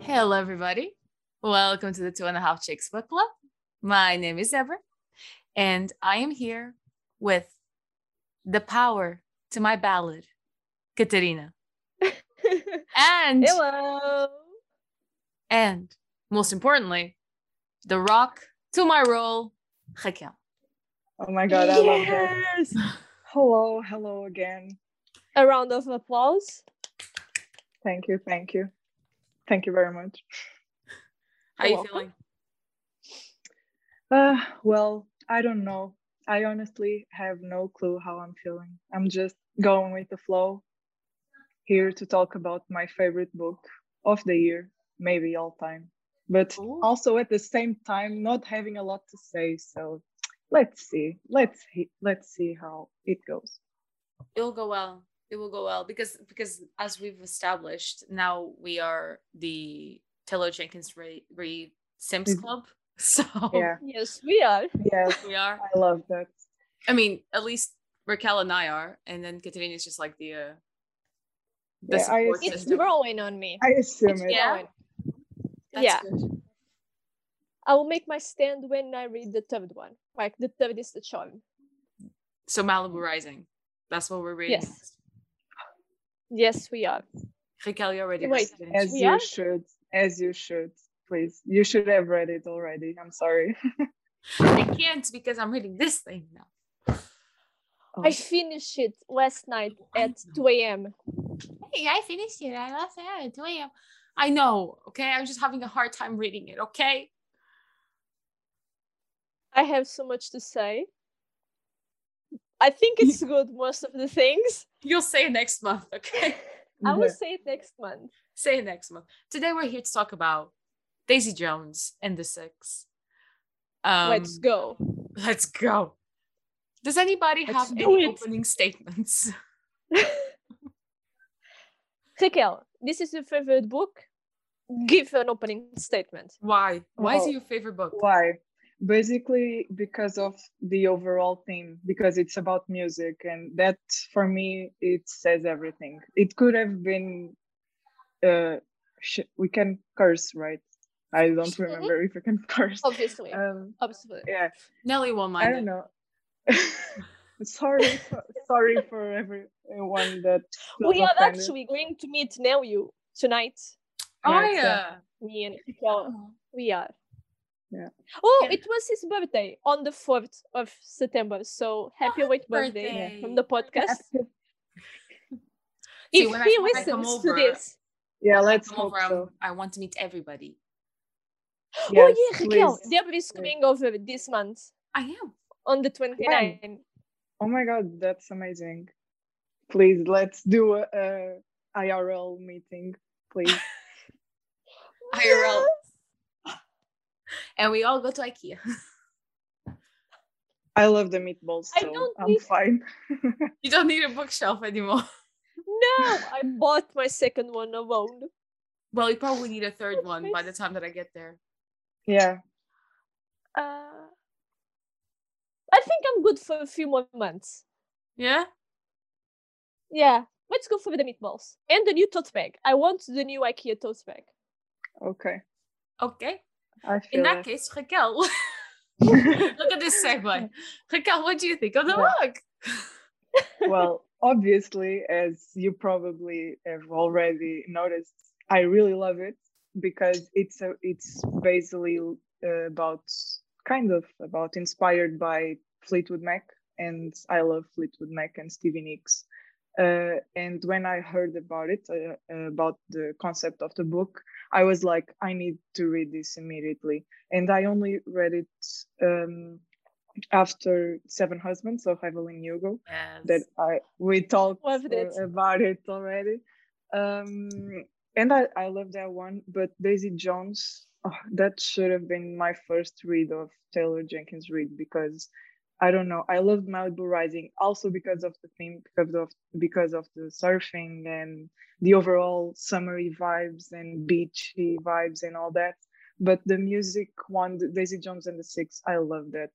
Hello, everybody. Welcome to the Two and a Half Chicks Book Club. My name is Ever, and I am here with the power to my ballad, Katerina. And, Hello. and most importantly, the rock to my role, Raquel. Oh my god, I love that. Hello, hello again. A round of applause. Thank you, thank you. Thank you very much. How are you You're welcome. feeling? Uh, well, I don't know. I honestly have no clue how I'm feeling. I'm just going with the flow here to talk about my favorite book of the year, maybe all time. But Ooh. also at the same time not having a lot to say, so let's see. Let's he- let's see how it goes. it will go well it will go well because because as we've established now we are the taylor jenkins Re Reid sims Mhm. club so Yeah. Yes, we are. Yes, we are I love that. i mean at least raquel and i are and then katerina is just like the uh the Yeah, I support assume- It's system growing on me. I assume It's it. Yeah. growing. That's yeah. good. I will make my stand when I read the third one. Like the third is the charm. so malibu rising that's what we're reading Yes. next. Yes, we are. raquel you already Wait. read it, didn't As you? We are? you should, as you should, please. You should have read it already. I'm sorry. i can't because i'm reading this thing now Oh, I finished it last night I at 2 a.m. hey i finished it i lost it at 2 a.m i know okay i'm just having a hard time reading it okay I have so much to say. I think it's good, most of the things. You'll say it next month, okay? I will say it next month. say it next month. Today we're here to talk about Daisy Jones and the Six. Um, Let's go. Let's go. Does anybody have Let's do any it. opening statements? Raquel, this is your favorite book. Give an opening statement. Why? Why is Oh, it your favorite book? Why? Basically, because of the overall theme, because it's about music, and that for me, it says everything. It could have been, uh, sh- we can curse, right? I don't Mhm. remember if we can curse. Obviously. Um, Obviously. yeah, Nelly won't mind. I don't it. know. sorry, so- sorry for everyone that. was We are offended. actually going to meet Nelyu tonight. Oh, Right, so- yeah. Me and Raquel. We are. Yeah. Oh, Yeah. it was his birthday on the 4th of September. So happy late birthday, birthday. from the podcast. See, if when I- he when I come listens to over, this. Yeah, When I let's come hope over, I'm- so. I want to meet everybody. Yes, oh, yeah, Raquel. please. Debra is coming over this month I am. on the 29th. Oh my god, that's amazing. Please let's do a, a IRL meeting, please. IRL. And we all go to IKEA. I love the meatballs, I so don't I'm need- fine. You don't need a bookshelf anymore. No, I bought my second one alone. Well, you probably need a third one by the Nice. time that I get there. Yeah, Uh, I think I'm good for a few more months. Yeah? Yeah, let's go for the meatballs and the new tote bag. I want the new IKEA tote bag. okay. Okay. I In feel that it. case, Raquel, look at this segue. Raquel, what do you think of the Yeah. book? well, obviously, as you probably have already noticed, I really love it because it's a, it's basically uh, about kind of about inspired by Fleetwood Mac, and I love Fleetwood Mac and Stevie Nicks. Uh, and when I heard about it, uh, uh, about the concept of the book, I was like, I need to read this immediately. And I only read it um, after Seven Husbands of Evelyn Hugo that I we talked Loved it. uh, about it already. Um, and I, I love that one, but Daisy Jones, oh, that should have been my first read of Taylor Jenkins Reid because I don't know. I loved Malibu Rising also because of the theme, because of because of the surfing and the overall summery vibes and beachy vibes and all that. But the music one, the Daisy Jones and the Six, I love that.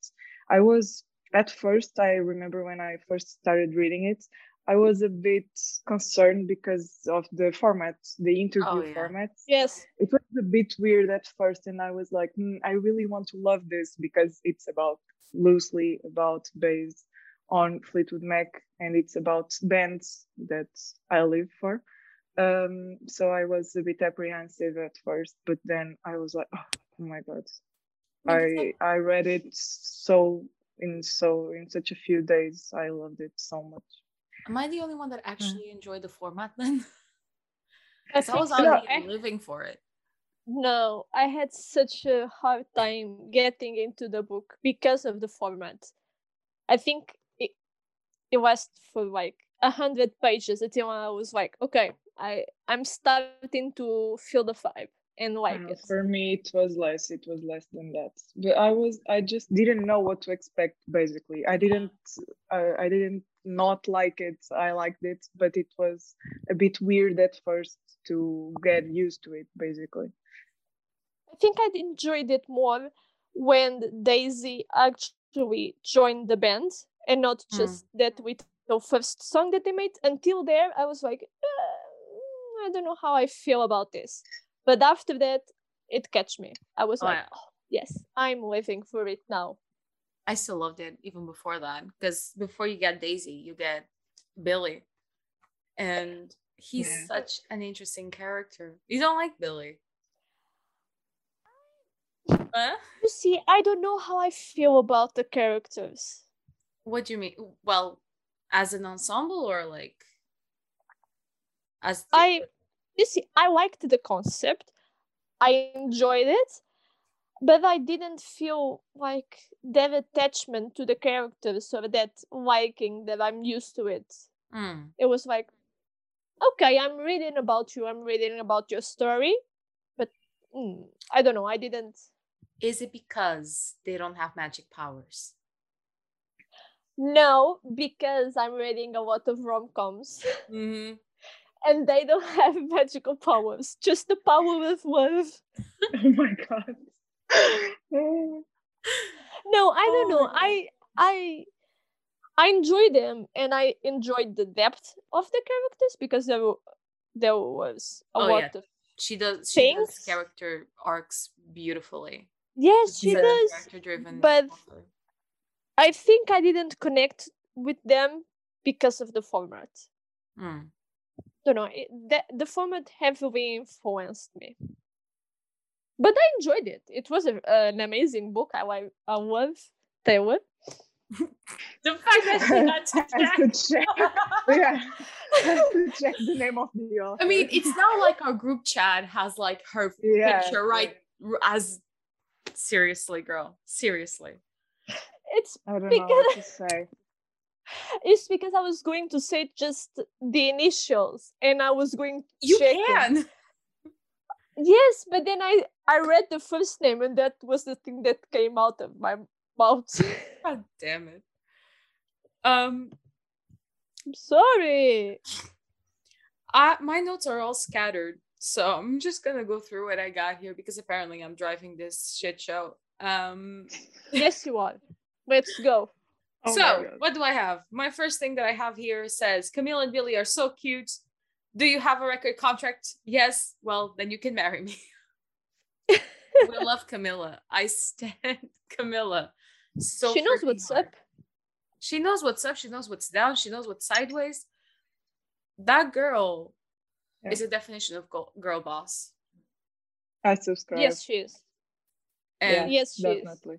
I was at first, I remember when I first started reading it, I was a bit concerned because of the format, the interview yeah. format. Yes. It was a bit weird at first, and I was like, "Hmm, I really want to love this because it's about loosely about based on Fleetwood Mac and it's about bands that I live for. Um, so I was a bit apprehensive at first, but then I was like, oh, oh my god, I I read it so in so in such a few days. I loved it so much. Am I the only one that actually enjoyed the format then? I 'Cause I was think so. already I- living for it. No, I had such a hard time getting into the book because of the format. I think it it was for like a hundred pages until I was like, okay, I I'm starting to feel the vibe and like Uh, it. for me it was less it was less than that but i was i just didn't know what to expect basically i didn't uh, i didn't not like it i liked it but it was a bit weird at first to get used to it basically I think I'd enjoyed it more when Daisy actually joined the band and not Hmm. just that with the first song that they made. Until there, I was like, "Uh, I don't know how I feel about this. But after that, it catch me. I was Oh, like, yeah. "Oh, yes, I'm living for it now. I still loved it even before that because before you get Daisy, you get Billy, and he's Yeah. such an interesting character. You don't like Billy, huh? You see, I don't know how I feel about the characters. What do you mean? Well, as an ensemble or like as the- I you see, I liked the concept. I enjoyed it, but I didn't feel like that attachment to the characters or that liking that I'm used to it. Mm. It was like, okay, I'm reading about you, I'm reading about your story, but mm, I don't know, I didn't. is it because they don't have magic powers? No, because I'm reading a lot of rom coms Mm-hmm. and they don't have magical powers, just the power of love. oh my god Mm. no i Oh my don't know i i i enjoy them and i enjoyed the depth of the characters because there were, there was a Oh, yeah. lot of She does. She does Things? character arcs beautifully. yes she Yeah. does Character driven. but- i think i didn't connect with them because of the format Hmm. don't know it, the, the format heavily influenced me but i enjoyed it it was a, an amazing book i like i love taylor The fact that she got I have to check. yeah I have to check the name of the author. I mean, it's not like our group chat has like her Yeah, picture right r- as seriously, girl, seriously. it's i don't know what to say It's because I was going to say just the initials, and I was going to You check it. can. Yes, but then I I read the first name, and that was the thing that came out of my mouth. God damn it. Um, I'm sorry. I my notes are all scattered, so I'm just gonna go through what I got here because apparently I'm driving this shit show. Um, Yes, you are. Let's go. Oh my so God. what do I have? My first thing that I have here says Camille and Billy are so cute. Do you have a record contract? Yes. Well, then you can marry me. we love Camilla. I stand Camilla. So she knows freaking what's hard. up. She knows what's up. She knows what's down. She knows what's sideways. That girl Yeah. is a definition of go- girl boss. i subscribe Yes, she is. Yeah. And yes, she is. definitely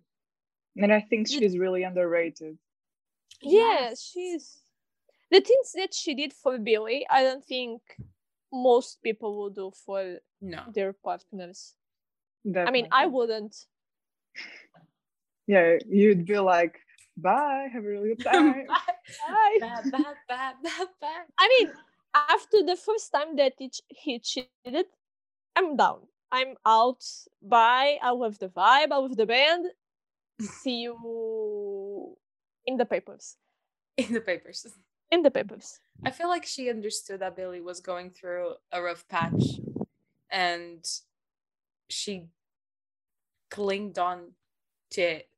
and i think You- she's really underrated Yes, she is. The things that she did for Billy, I don't think most people will do for no. their partners. I definitely. mean, I wouldn't. yeah you'd be like bye have a really good time I- Ba, ba, ba, ba, ba. I mean, after the first time that he, ch- he cheated, I'm down. I'm out. Bye. I love the vibe. I love the band. See you in the papers. In the papers. In the papers. I feel like she understood that Billy was going through a rough patch and she clinged on to it.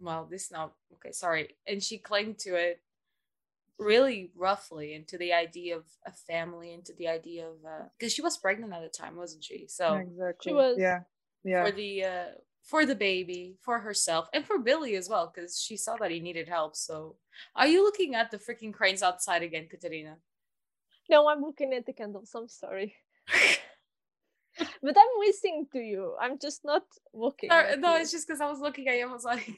Well, this now okay, sorry. And she clung to it really roughly into the idea of a family, into the idea of because uh, she was pregnant at the time, wasn't she? So exactly. She was- Yeah. Yeah. for the uh, for the baby, for herself, and for Billy as well, because she saw that he needed help. So, are you looking at the freaking cranes outside again, Katerina? No, I'm looking at the candles. I'm sorry. but I'm listening to you. I'm just not looking. Sorry, at no, you. it's just because I was looking at you. I was like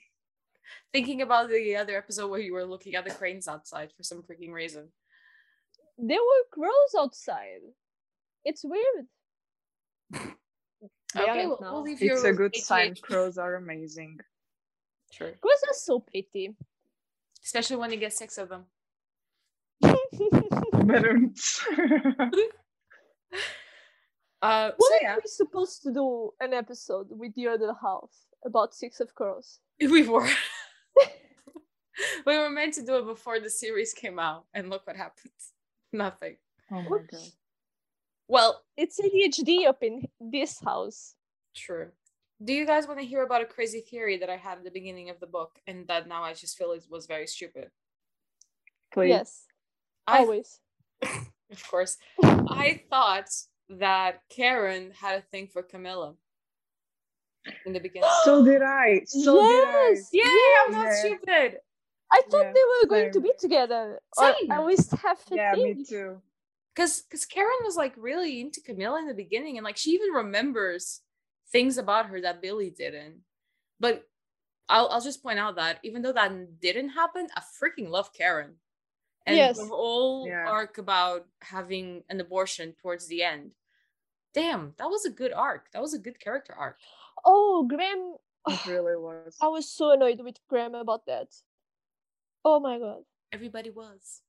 thinking about the other episode where you were looking at the cranes outside for some freaking reason. there were crows outside. It's weird. They okay, aren't we'll, now. we'll leave It's your a good sign. ADHD. Crows are amazing. True. Crows are so pretty. Especially when you get six of them. But um, Uh, so Weren't yeah, we supposed to do an episode with the other half about Six of Crows? we were. we were meant to do it before the series came out, and look what happened. Nothing. oh my Oops. god. Well, It's ADHD up in this house. True. Do you guys want to hear about a crazy theory that I had at the beginning of the book and that now I just feel it was very stupid? Please. Yes, Oh, I, always. of course, I thought that Karen had a thing for Camilla in the beginning. So did I. So yes, Yay, I'm not Yeah. stupid. I thought Yeah, they were going to same. be together, or Same. at least half a did I. Yeah, thing. me too. Cause, cause Karen was like really into Camilla in the beginning, and like she even remembers things about her that Billy didn't. But I'll, I'll just point out that even though that didn't happen, I freaking love Karen. And Yes. the whole Yeah. arc about having an abortion towards the end. Damn, that was a good arc. That was a good character arc. Oh, Graham! It really was. I was so annoyed with Graham about that. Oh my god! Everybody was.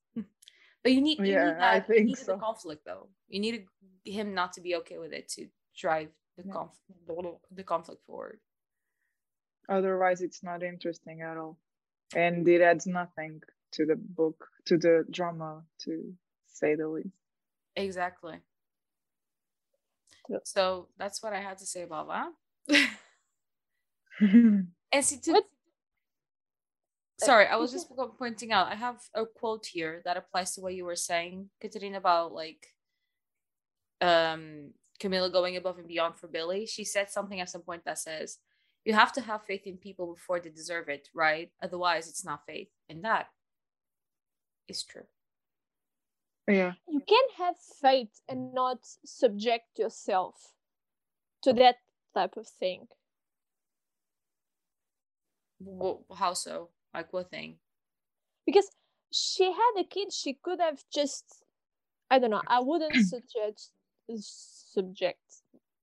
but you need, you Yeah, need I that, you think needed the so. conflict though. You need him not to be okay with it to drive the Yeah. conf- the conflict forward. Otherwise, it's not interesting at all, and it adds nothing to the book, to the drama, to say the least. Exactly. Yeah. So that's what I had to say about that. And see, to, What- sorry, I was okay. just po- pointing out, I have a quote here that applies to what you were saying, Katerina, about like um Camilla going above and beyond for Billy. She said something at some point that says, You have to have faith in people before they deserve it, right? Otherwise, it's not faith. And that is true. yeah, You can have faith and not subject yourself to that type of thing. Wh- how so? Like, what thing? because she had a kid she could have just i don't know i wouldn't suggest subject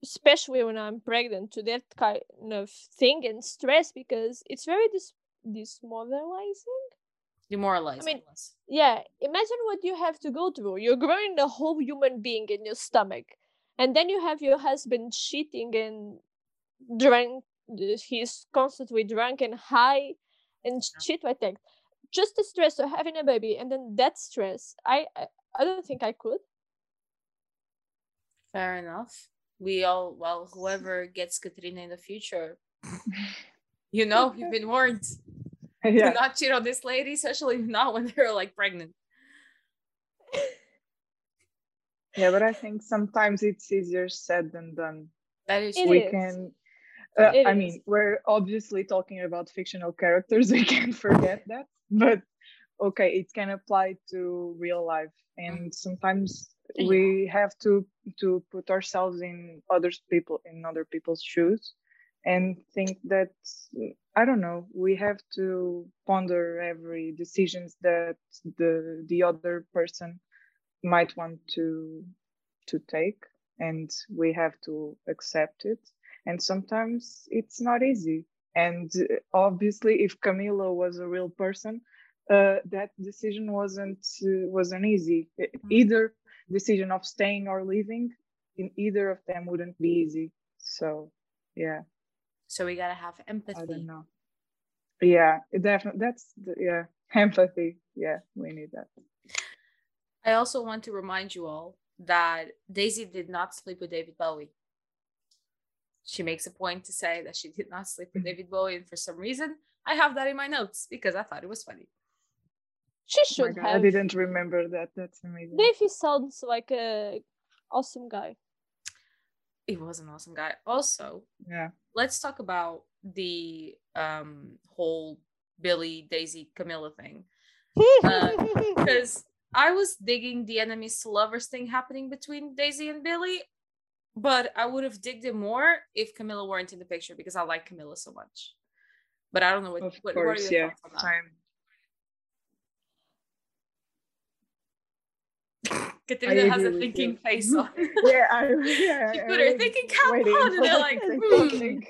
especially when i'm pregnant to that kind of thing and stress because it's very dis- demoralizing Demoralizing I mean, us. yeah imagine what you have to go through you're growing a whole human being in your stomach and then you have your husband cheating and drunk he's constantly drunk and high and Yeah. shit i think just the stress of having a baby and then that stress i i, I don't think i could Fair enough. We all, well, whoever gets Katrina in the future, you know, you've been warned. yeah. Do not cheat on this lady, especially not when they're like pregnant. yeah, but I think sometimes it's easier said than done. That is It true. we is. can. Uh, It I is. mean, we're obviously talking about fictional characters. We can't forget that. But okay, it can apply to real life, and sometimes Yeah. we have to to put ourselves in other people in other people's shoes, and think that I don't know. We have to ponder every decisions that the the other person might want to to take, and we have to accept it and sometimes it's not easy and uh, obviously if camilo was a real person uh, that decision wasn't uh, wasn't easy E- Mm. either decision of staying or leaving in either of them wouldn't be easy so yeah So we gotta have i don't empathy. know yeah definitely that's the, yeah empathy yeah we need that I also want to remind you all that Daisy did not sleep with David Bowie. She makes a point to say that she did not sleep with Mhm. David Bowie, and for some reason, I have that in my notes because I thought it was funny. She should Oh God, I have. didn't remember that. That's amazing. Davey sounds like a awesome guy. He was an awesome guy. Also, yeah. let's talk about the um whole Billy, Daisy, Camilla thing. Uh, Because I was digging the enemies to lovers thing happening between Daisy and Billy, but I would have digged it more if Camilla weren't in the picture because I like Camilla so much. But I don't know what, Of what, what are course, your yeah. thoughts on that? Time. Katrina I has a agree with you. thinking face on. Yeah, I, yeah, She I put her was thinking cap waiting on, for and they're like, something hmm. to think.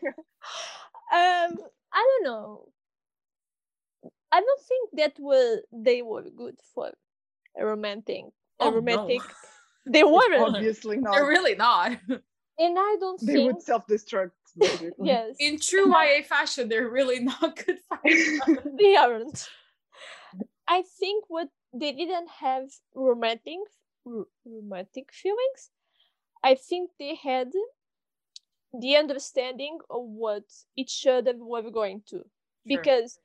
um i don't know i don't think that were they were good for a romantic a Oh, no. romantic they weren't Obviously not. They're really not. and i don't they think would self-destruct. Basically. yes In true YA fashion, they're really not good for each other. they aren't i think what they didn't have romantic r- romantic feelings i think they had the understanding of what each other were going to because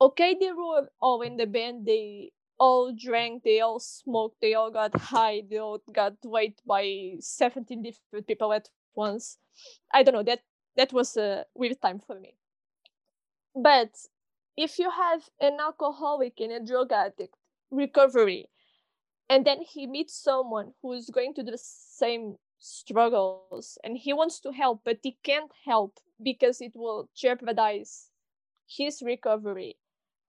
okay they were all in the band they all drank they all smoked they all got high they all got weighed by 17 different people at once i don't know that that was a weird time for me but if you have an alcoholic and a drug addict recovery and then he meets someone who's going to the same struggles and he wants to help but he can't help because it will jeopardize his recovery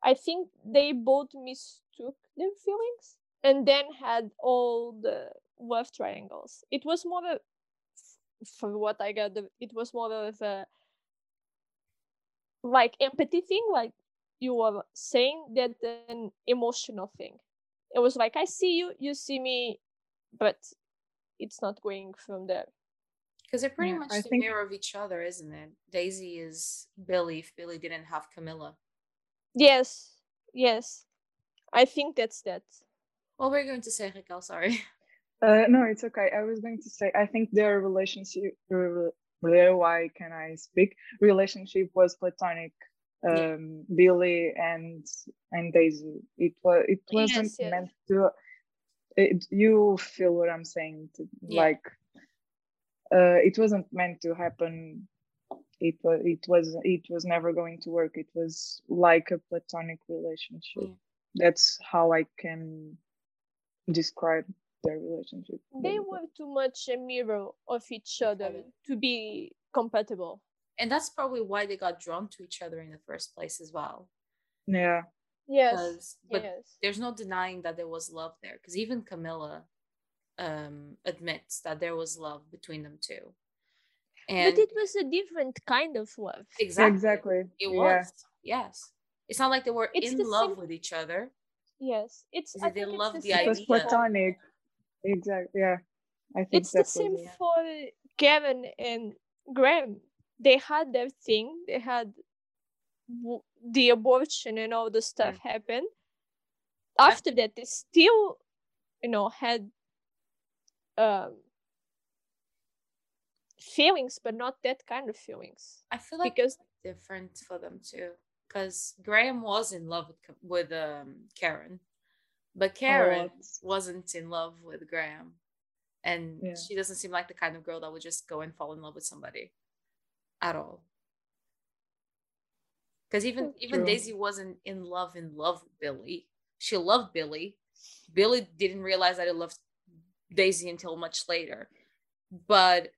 i think they both mistook their feelings and then had all the love triangles it was more of a- from what i got it was more of a like empathy thing like you were saying that an emotional thing it was like i see you you see me but it's not going from there Because they're pretty Yeah, much I the think- mirror of each other, isn't it? Daisy is Billy if Billy didn't have Camilla. yes yes i think that's that What were you going to say, Raquel? Sorry. Uh, no, it's okay. I was going to say, I think their relationship, re- re- why can I speak? Relationship was platonic. Yeah. Um, Billy and and Daisy. It was it Yes, wasn't yes. meant to. It, you feel what I'm saying? To, Yeah. Like, uh, it wasn't meant to happen. It was it was it was never going to work. It was like a platonic relationship. Yeah. That's how I can describe their relationship. they basically. were too much a mirror of each other Mm-hmm. other. to be compatible And that's probably why they got drawn to each other in the first place as well. Yeah, yes 'Cause- But yes there's no denying that there was love there. Because even Camilla um, admits that there was love between them two. And but it was a different kind of love exactly, exactly. It Yeah. was. Yes. It's not like they were It's in the love same- with each other. yes it's Is I it they think it's love the It same was idea. for- platonic. Exactly. Yeah. I think it's the that same was it. for Gavin and Graham. They had their thing. They had w- the abortion and all the stuff Mm. happened. I- After that, they still, you know, had um, feelings, but not that kind of feelings. I feel like Because- because different for them too, because Graham was in love with Ca- with um, Karen, Oh, but Karen it's- wasn't in love with Graham, and Yeah. she doesn't seem like the kind of girl that would just go and fall in love with somebody, at all. Because even even True. Daisy wasn't in love in love with Billy. She loved Billy. Billy didn't realize that he loved Daisy until much later, but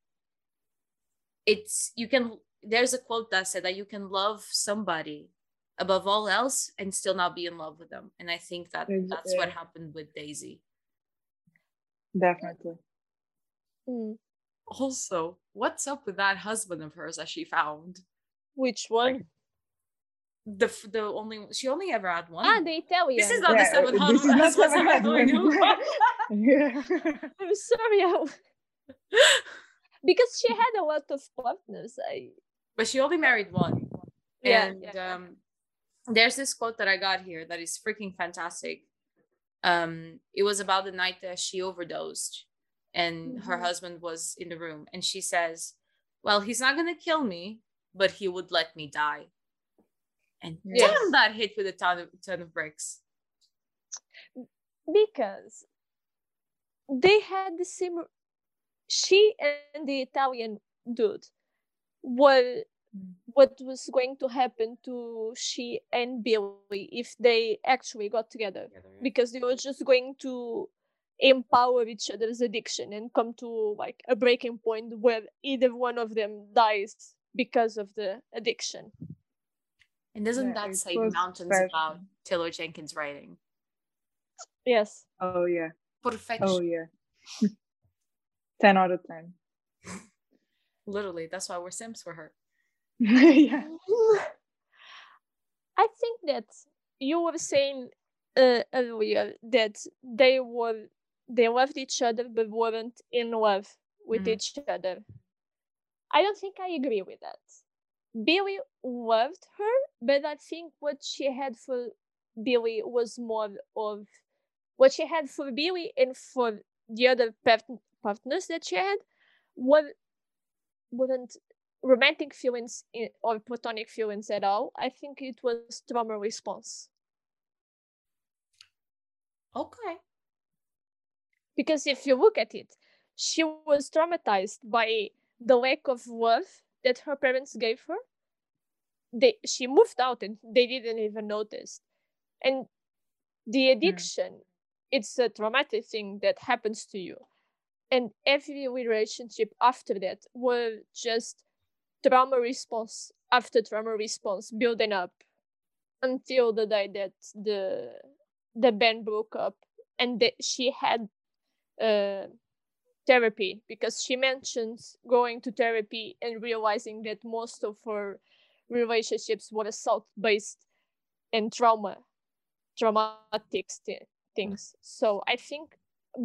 it's you can there's a quote that said that you can love somebody above all else and still not be in love with them and i think that Ex- that's what yeah. happened with daisy Definitely. Mm, also what's up with that husband of hers that she found Which one? the f- the only she only ever had one Ah, the Italian. this is not Yeah, the seven uh, this is not husbands seven I'm going husbands. over. Yeah. I'm sorry. I w- because she had a lot of partners. I but she only married one Yeah, and yeah. um there's this quote that i got here that is freaking fantastic um it was about the night that she overdosed and her Mhm. husband was in the room and she says well he's not gonna kill me but he would let me die and Yes. damn that hit with a ton of, ton of bricks because they had the same she and the italian dude were what was going to happen to she and billy if they actually got together because they were just going to empower each other's addiction and come to like a breaking point where either one of them dies because of the addiction And doesn't Yeah, that it say was mountains special. about Taylor Jenkins writing? yes Oh yeah. Perfection. Oh yeah. ten out of ten. Literally, that's why we're Sims for her. yeah. I think that you were saying uh, earlier that they were they loved each other but weren't in love with Mhm. each other. I don't think I agree with that. Billy loved her, but I think what she had for Billy was more of what she had for Billy and for the other part- partners that she had were weren't romantic feelings in, or platonic feelings at all. I think it was trauma response Okay. because if you look at it, she was traumatized by the lack of love that her parents gave her. They she moved out and they didn't even notice, and the addiction it's a traumatic thing that happens to you, and every relationship after that were just trauma response after trauma response building up until the day that the the band broke up and that she had uh, therapy because she mentions going to therapy and realizing that most of her relationships were assault based and trauma traumatic sti- things so i think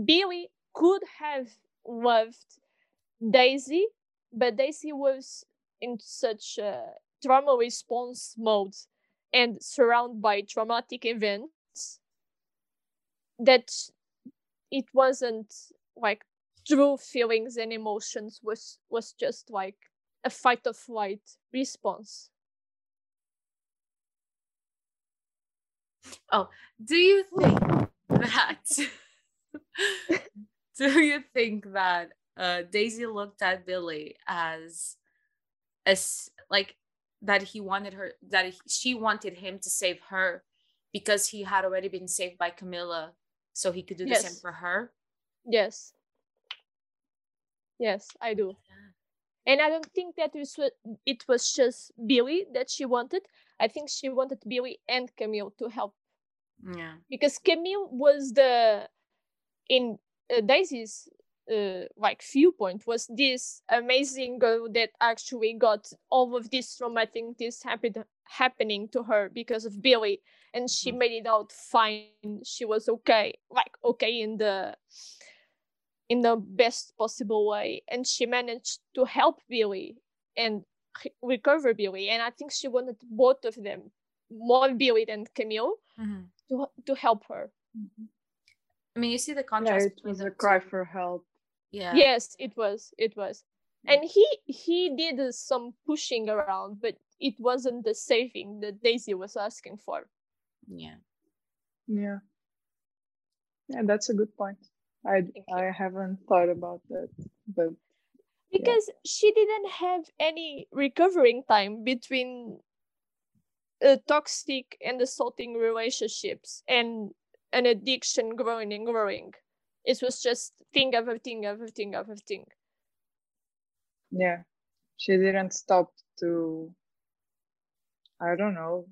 billy could have loved daisy but daisy was in such a trauma response mode and surrounded by traumatic events that it wasn't like true feelings and emotions was was just like a fight or flight response Do you think that? do you think that uh, Daisy looked at Billy as, as like that he wanted her that he- she wanted him to save her because he had already been saved by Camilla, so he could do the same Yes. for her? yes yes i do and i don't think that it was, it was just billy that she wanted i think she wanted billy and camille to help Yeah. because Camille was the in uh, Daisy's uh, like viewpoint was this amazing girl that actually got all of this traumatic this happened happening to her because of Billy and she Mhm. made it out fine she was okay like okay in the in the best possible way and she managed to help Billy and h- recover Billy and I think she wanted both of them more Billy than Camille Mhm. to to help her. I mean, you see the Yeah, contrast it between was the a cry two. for help. Yeah. Yes, it was. It was. And he he did uh, some pushing around, but it wasn't the saving that Daisy was asking for. Yeah. Yeah. Yeah, that's a good point. I you. I haven't thought about that, but Because she didn't have any recovering time between a toxic and assaulting relationships and an addiction growing and growing. It was just thing after thing after thing after thing. yeah, she didn't stop to I don't know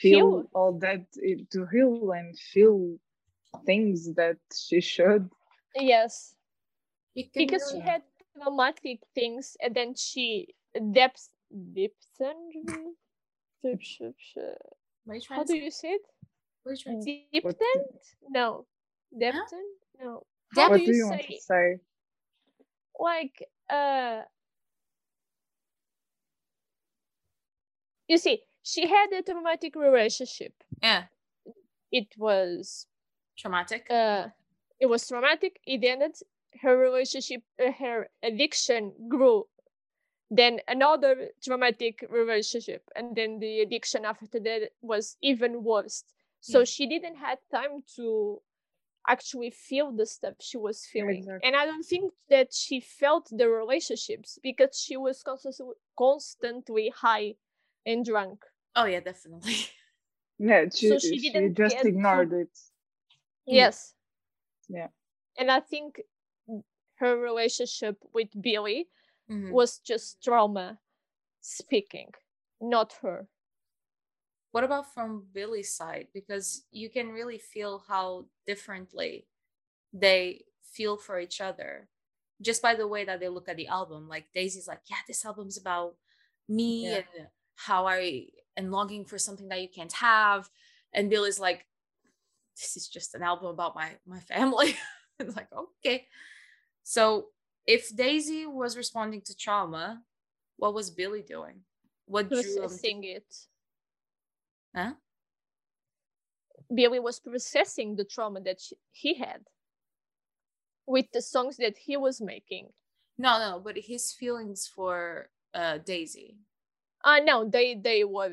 feel Heal. all that to heal and feel things that she should. Yes. You can because she really- had traumatic things and then she depth deepened What are you how trying to do say? you say it What are you trying to say? What, deepened no depthen no how Depth- what do you want to say say? like uh you see she had a traumatic relationship Yeah. it was Traumatic. uh, it was traumatic. It ended. Her relationship, uh, her addiction grew. Then another traumatic relationship, and then the addiction after that was even worse. So Yeah. she didn't have time to. actually feel the stuff she was feeling. Exactly. And I don't think that she felt the relationships because she was constantly, constantly high and drunk. Oh, yeah, definitely. Yeah, she, so she, she just ignored to... it. Yes. Yeah. And I think her relationship with Billy Mm. mm-hmm. was just trauma speaking, not her. What about from Billy's side? Because you can really feel how differently they feel for each other just by the way that they look at the album. Like Daisy's like, yeah, this album's about me yeah. and how I and longing for something that you can't have. And Billy's like, this is just an album about my my family. it's like, okay. So if Daisy was responding to trauma, what was Billy doing? What drew him? Processing it. Huh? Billy was processing the trauma that she, he had with the songs that he was making. No, no, but his feelings for uh, Daisy. Uh no, they they were.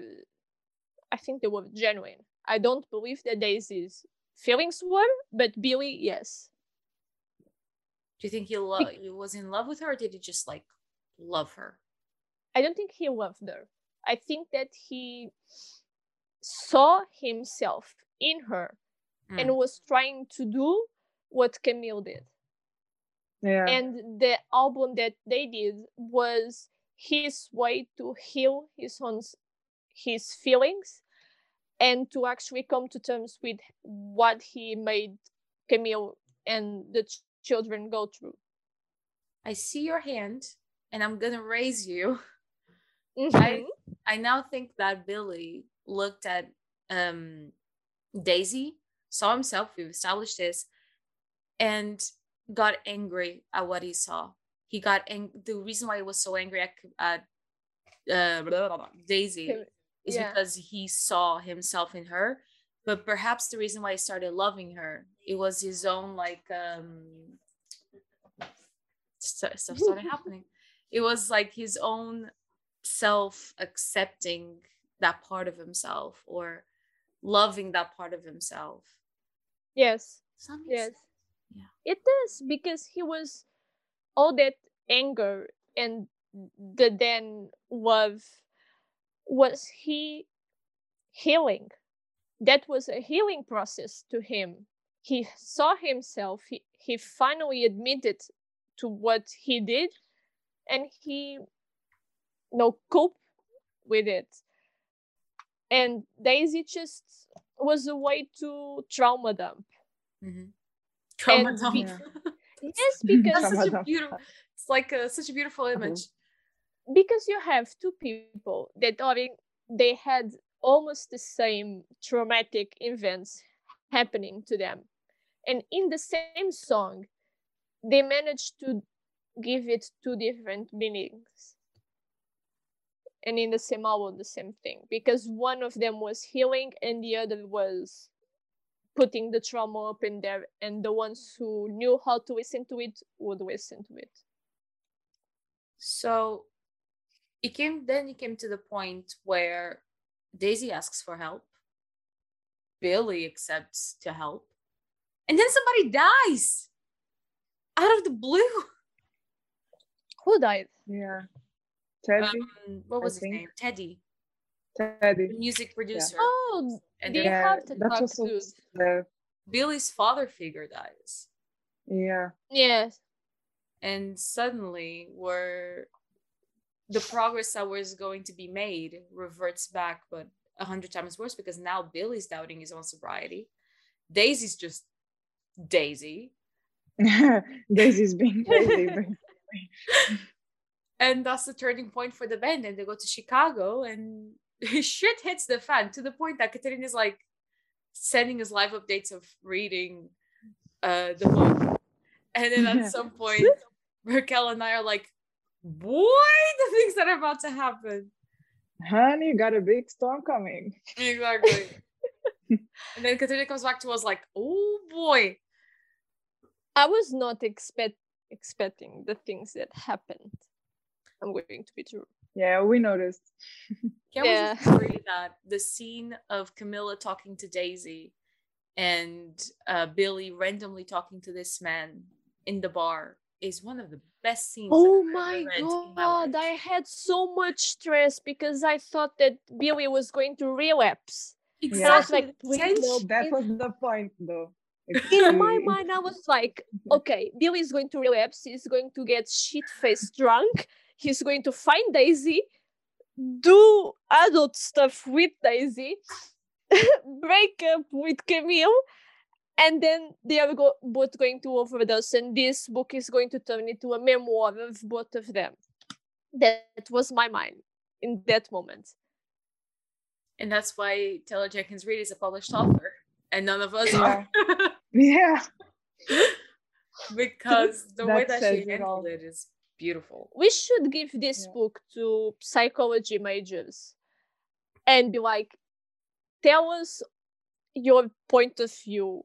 I think they were genuine. I don't believe that Daisy's feelings were, but Billy, yes. Do you think he, lo- he was in love with her, or did he just like love her? I don't think he loved her. I think that he saw himself in her mm. and was trying to do what Camille did. Yeah. And the album that they did was his way to heal his own his feelings and to actually come to terms with what he made Camille and the ch- children go through. I see your hand and I'm going to raise you. Mm-hmm. I, I now think that Billy looked at um, Daisy, saw himself, we've established this, and got angry at what he saw. He got ang- the reason why he was so angry at, at uh, blah, blah, blah, Daisy is yeah. because he saw himself in her but perhaps the reason why he started loving her it was his own like um st- stuff started happening it was like his own self accepting that part of himself or loving that part of himself yes yes sense? yeah it does because he was all that anger and the then love was he healing that was a healing process to him he saw himself he, he finally admitted to what he did and he you know cope with it and daisy just was a way to trauma dump mm-hmm. trauma and dump be- yes because That's such a beautiful it's like a, such a beautiful Uh-huh. image mm-hmm because you have two people that are in, they had almost the same traumatic events happening to them and in the same song they managed to give it two different meanings and in the same hour the same thing because one of them was healing and the other was putting the trauma up in there and the ones who knew how to listen to it would listen to it so it came then it came to the point where daisy asks for help billy accepts to help and then somebody dies out of the blue who died yeah teddy um, what was I his think. name teddy teddy the music producer yeah. oh and they yeah, have to talk to the... billy's father figure dies yeah yes and suddenly we're the progress that was going to be made reverts back, but a hundred times worse because now Billy's doubting his own sobriety. Daisy's just Daisy. Daisy's being Daisy. and that's the turning point for the band. And they go to Chicago and shit hits the fan to the point that Katerina is like sending us live updates of reading uh, the book. And then at some point, Raquel and I are like, boy, the things that are about to happen. Honey, got a big storm coming. Exactly. and then Katrina comes back to us like, oh boy. I was not expect expecting the things that happened. I'm going to be true. Yeah, we noticed. Can yeah. we just agree that the scene of Camilla talking to Daisy and uh, Billy randomly talking to this man in the bar is one of the best scenes. Oh I've my ever read in my god, life. I had so much stress because I thought that Billy was going to relapse. And I was Exactly. like, wait, Tension. No, that in- was the point, though. It's in my really- mind, I was like, okay, Billy is going to relapse. He's going to get shit faced drunk. He's going to find Daisy, do adult stuff with Daisy, break up with Camille, and then they are go- both going to overdose. And this book is going to turn into a memoir of both of them. That was my mind in that moment. and that's why Taylor Jenkins Reid is a published author, and none of us are, Yeah. because the way That that says she it all. handled it is beautiful. we should give this Yeah. book to psychology majors and be like tell us your point of view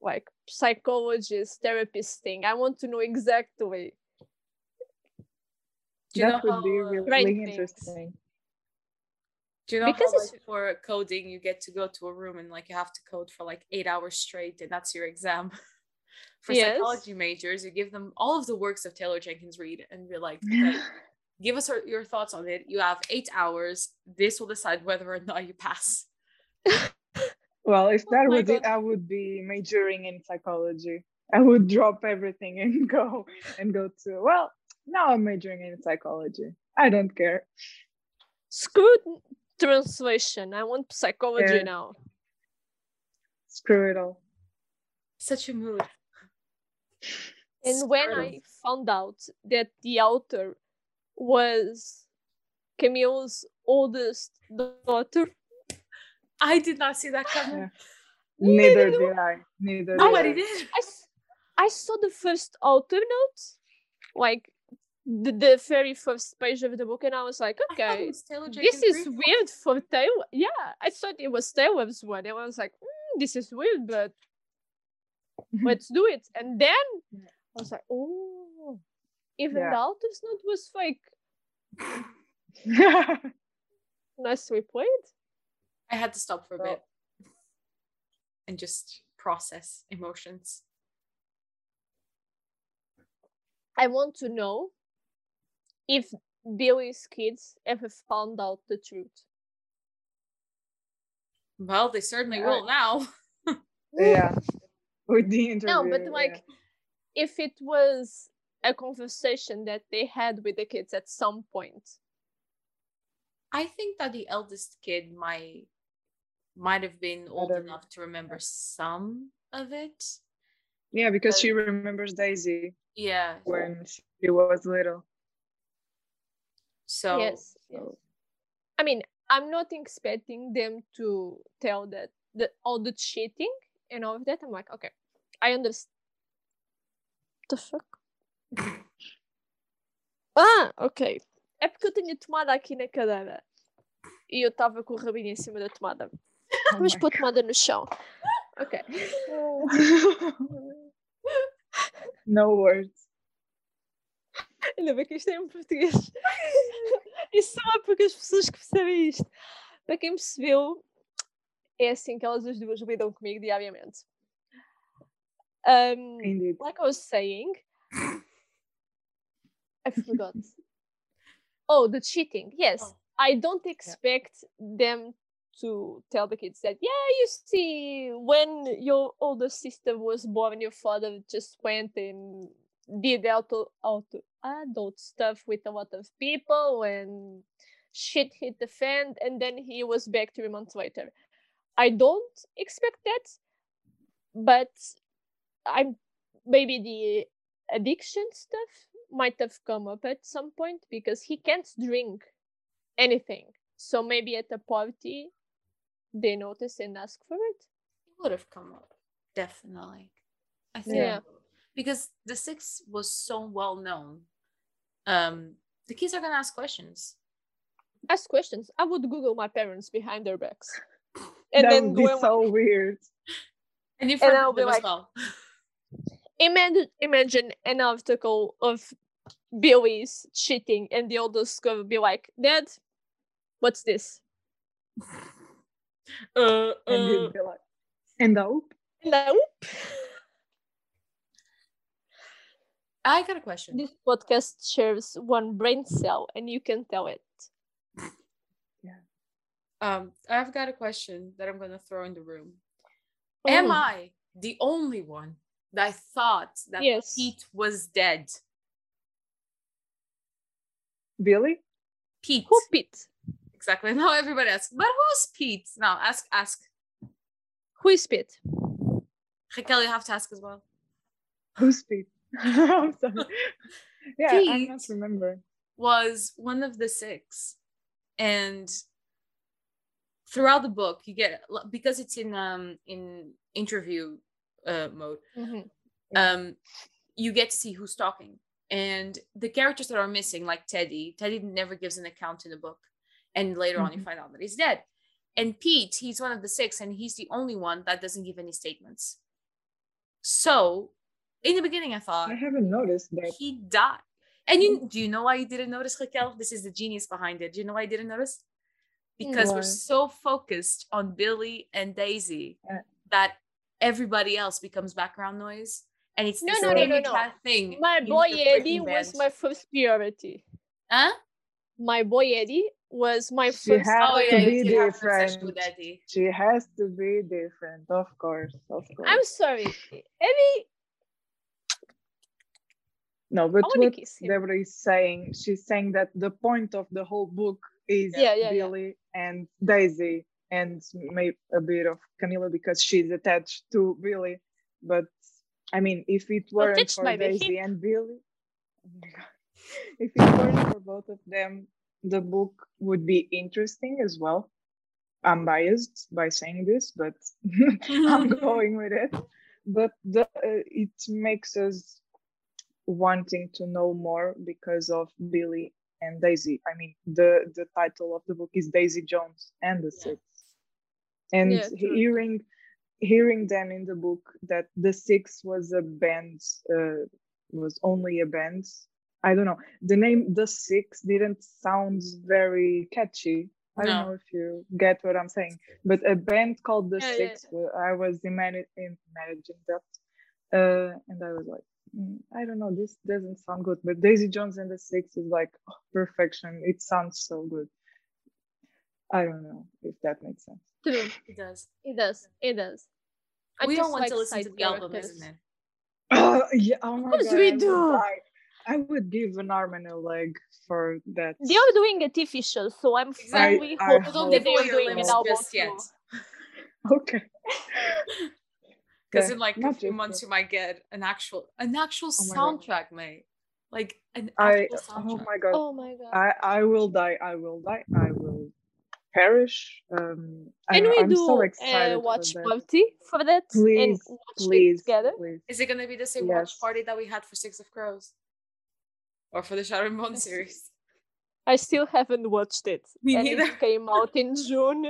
like psychologist therapist thing i want to know exactly Do you that know would be how, uh, really Right things. interesting. Do you know Because how, it's- like, for coding you get to go to a room and like you have to code for like eight hours straight and that's your exam? for Yes. psychology majors, you give them all of the works of Taylor Jenkins Reid and you're like, okay, give us our- your thoughts on it. You have eight hours. This will decide whether or not you pass. Well, if Oh that my was it, God. I would be majoring in psychology. I would drop everything and go and go to well. Now I'm majoring in psychology. I don't care. screw translation i want psychology Yeah. now Screw it all. Such a mood. And when Sort I found out that the author was Camille's oldest daughter, I did not see that coming. Yeah. Neither Uh-huh. do Oh, did I. Neither Nobody did. I. did. I, s- I saw the first author note, like the, the very first page of the book, and I was like, I thought it okay, was Taylor this Jenkins is Reid. weird for Taylor. Yeah, I thought it was Taylor's one, and I was like, mm, this is weird, but let's do it. And then Yeah. I was like, oh, even Yeah. the author's note was like nicely played. I had to stop for a Well. bit and just process emotions. I want to know if Billy's kids ever found out the truth. Well, they certainly Yeah. will now. yeah. With the interview. No, but yeah. like if it was a conversation that they had with the kids at some point. I think that the eldest kid might might have been old Whatever. enough to remember some of it. yeah, because she remembers Daisy Yeah. when she was little. So yes, yes. so- I mean, I'm not expecting them to tell that the all the cheating and all of that. I'm like, okay, I understand. The fuck? Ah, ok. É porque eu tenho a tomada aqui na cadeira. E eu estava com o rabinho em cima da tomada. Oh Vamos my pôr a tomada no chão. Ok. Oh, no words. Ainda bem que isto é em português. e só há poucas pessoas que percebem isto. Para quem percebeu, é assim que elas as duas lidam comigo diariamente. Um, Indeed. like I was saying, I forgot. Oh, the cheating. Yes. Oh. I don't expect them to tell the kids that, yeah, you see, when your older sister was born, your father just went and did auto, auto, adult stuff with a lot of people and shit hit the fan, and then he was back three months later. I don't expect that, but I'm maybe the addiction stuff might have come up at some point because he can't drink anything. So maybe at a party they notice and ask for it. it would have come up. Definitely. I think Yeah. because the six was so well known. Um the kids are gonna ask questions. Ask questions. I would Google my parents behind their backs. And that then would go be and so weird. And in front I'll of be them as like- well. imagine, imagine an article of Billy's cheating and the oldest girl would be like, Dad, what's this? Uh, And uh, Uh, you'd be like, And oh, I hope. Nope. I got a question. This podcast shares one brain cell, and you can tell it. Um, I've got a question that I'm gonna throw in the room. Am Mm. I the only one that thought that Yes. Pete was dead? Billy? Pete. Who Pete? Exactly. Now everybody asks, but who's Pete? Now ask, ask. Who is Pete? Raquel, you have to ask as well. Who's Pete? I'm sorry. Yeah, I'm not Pete. remembering. was one of the six and throughout the book you get because it's in um in interview uh mode Mm-hmm. um you get to see who's talking and the characters that are missing like teddy teddy never gives an account in the book and later on you Mhm. find out that he's dead and pete he's one of the six and he's the only one that doesn't give any statements so in the beginning i thought I haven't noticed that. he died. And you Mm-hmm. do you know why you didn't notice, Raquel? This is the genius behind it. Do you know why I didn't notice? Because we're Why? so focused on Billy and Daisy Uh. that everybody else becomes background noise. And it's No, this no, no, no, really no. bad thing. My in boy the Eddie Breaking was Bad. my first priority. Huh? My boy Eddie was my She first. had Oh to yeah, be you did have an obsession different. with Eddie. She has to be different, of course, of course. I'm sorry, Eddie. no, I but want what to kiss him. Deborah is saying, she's saying that the point of the whole book is Yeah, yeah, yeah. Billy and Daisy and maybe a bit of Camila because she's attached to Billy. But I mean, if it weren't Attached for by the Daisy hip. and Billy, oh my God. if it weren't for both of them, the book would be interesting as well. I'm biased by saying this, but I'm going with it. But the, uh, it makes us wanting to know more because of Billy and Daisy. I mean, the the title of the book is Daisy Jones and the Yeah. Six, and Yeah, true. hearing hearing them in the book that the Six was a band, uh, was only a band. I don't know. The name The Six didn't sound very catchy. I don't No. know if you get what I'm saying but a band called the Yeah, yeah, six well, i was imagine, managing that uh, and i was like "Mm, i don't know this doesn't sound good but daisy jones and the six is like oh, perfection it sounds so good i don't know if that makes sense True. He does. It does. It does. I we just don't want like to listen to side the album, characters. isn't it? oh yeah oh my course God, we I would do. die. I would give an arm and a leg for that. They are doing a TV show, so I'm Exactly. finally I hoping hope Don't that they devour are your doing an limits album just yet. tour. Okay. Because Yeah, in like a not few just months, you might get an actual an actual Oh my God. soundtrack, mate. Like an I. actual Oh soundtrack. my god. Oh my god. I I will die. I will die. I will perish. Um, I Can don't know, we I'm do so a excited for watch that. party for that and Please, watch it Please, together? please. Is it gonna be the same watch Yes. party that we had for Six of Crows? Or for the Shadow and Bone Yes. series? I still haven't watched it. Me and neither. it came out in June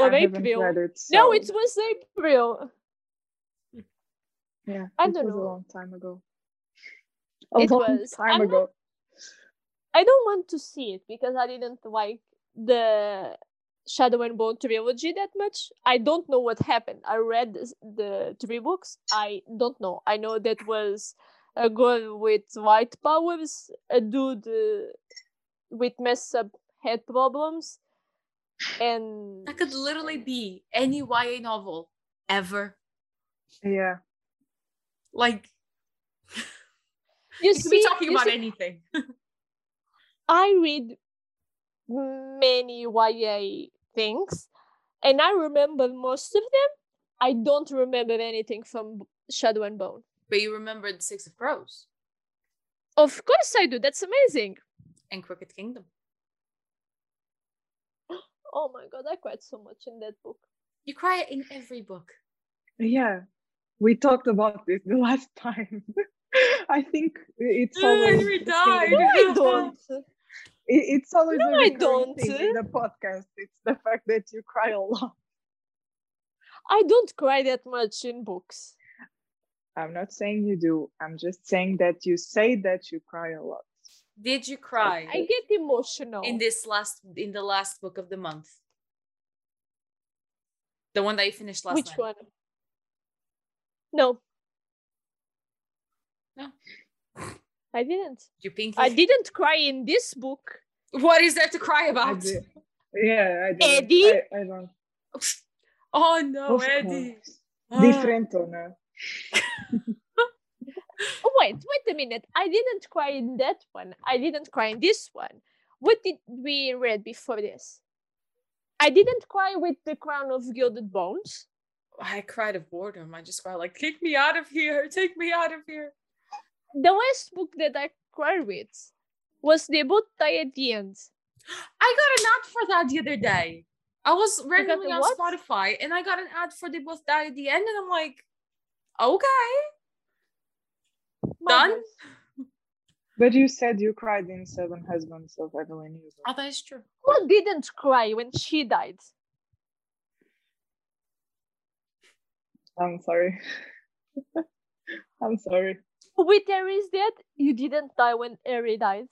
or I haven't April. read it. No, so- it was April. yeah. I it don't was know. a long time ago. A It long was. time I'm not- ago. I don't want to see it because I didn't like the Shadow and Bone trilogy that much. I don't know what happened. I read s- the three books. I don't know. I know that was a girl with white powers, a dude uh, with mess up head problems, and That could literally be any YA novel ever. Yeah. Like you you could be see- talking you about see, anything. I read many YA things, and I remember most of them. I don't remember anything from B- Shadow and Bone. But you remembered Six of Crows Of course I do. That's amazing. and Crooked Kingdom. Oh my god, I cried so much in that book. You cry in every book. Yeah. We talked about this the last time. I think it's Ooh, always we a thing- died. No, I Yeah. don't. it- it's always No, a I recurring don't. thing in the podcast. It's the fact that you cry a lot. I don't cry that much in books. I'm not saying you do. I'm just saying that you say that you cry a lot. Did you cry I get emotional. in this last in the last book of the month? The one that you finished last Which night. one? No. No. I didn't. You pinky. I didn't cry in this book. What is there to cry I about? did- yeah, I did. Eddie? I, I don't. Oh no, Of Eddie. course. Ah. Different Ona. Oh, wait, wait a minute. I didn't cry in that one. I didn't cry in this one. What did we read before this? I didn't cry with the crown of gilded bones. I cried of boredom. I just cried like, kick me out of here, take me out of here. The last book that I cried with was the Buttai at the end. I got an ad for that the other day. I was got randomly the on what? Spotify and I got an ad for They Both Die at the End, and I'm like, okay. Done? Marvelous. But you said you cried in Seven Husbands of Evelyn Hugo. Oh, that is true. Who didn't cry when she died? I'm sorry. I'm sorry. With Harry's death, you didn't die when Harry died.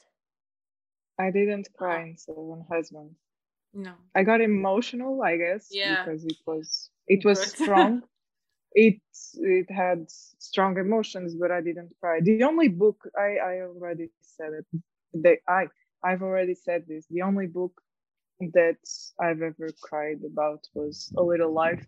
I didn't cry in Seven Husbands. No. I got emotional, I guess, Yeah. because it was it was Good. strong. it it had strong emotions, but I didn't cry. The only book I I already said it. That I I've already said this. The only book that I've ever cried about was A Little Life,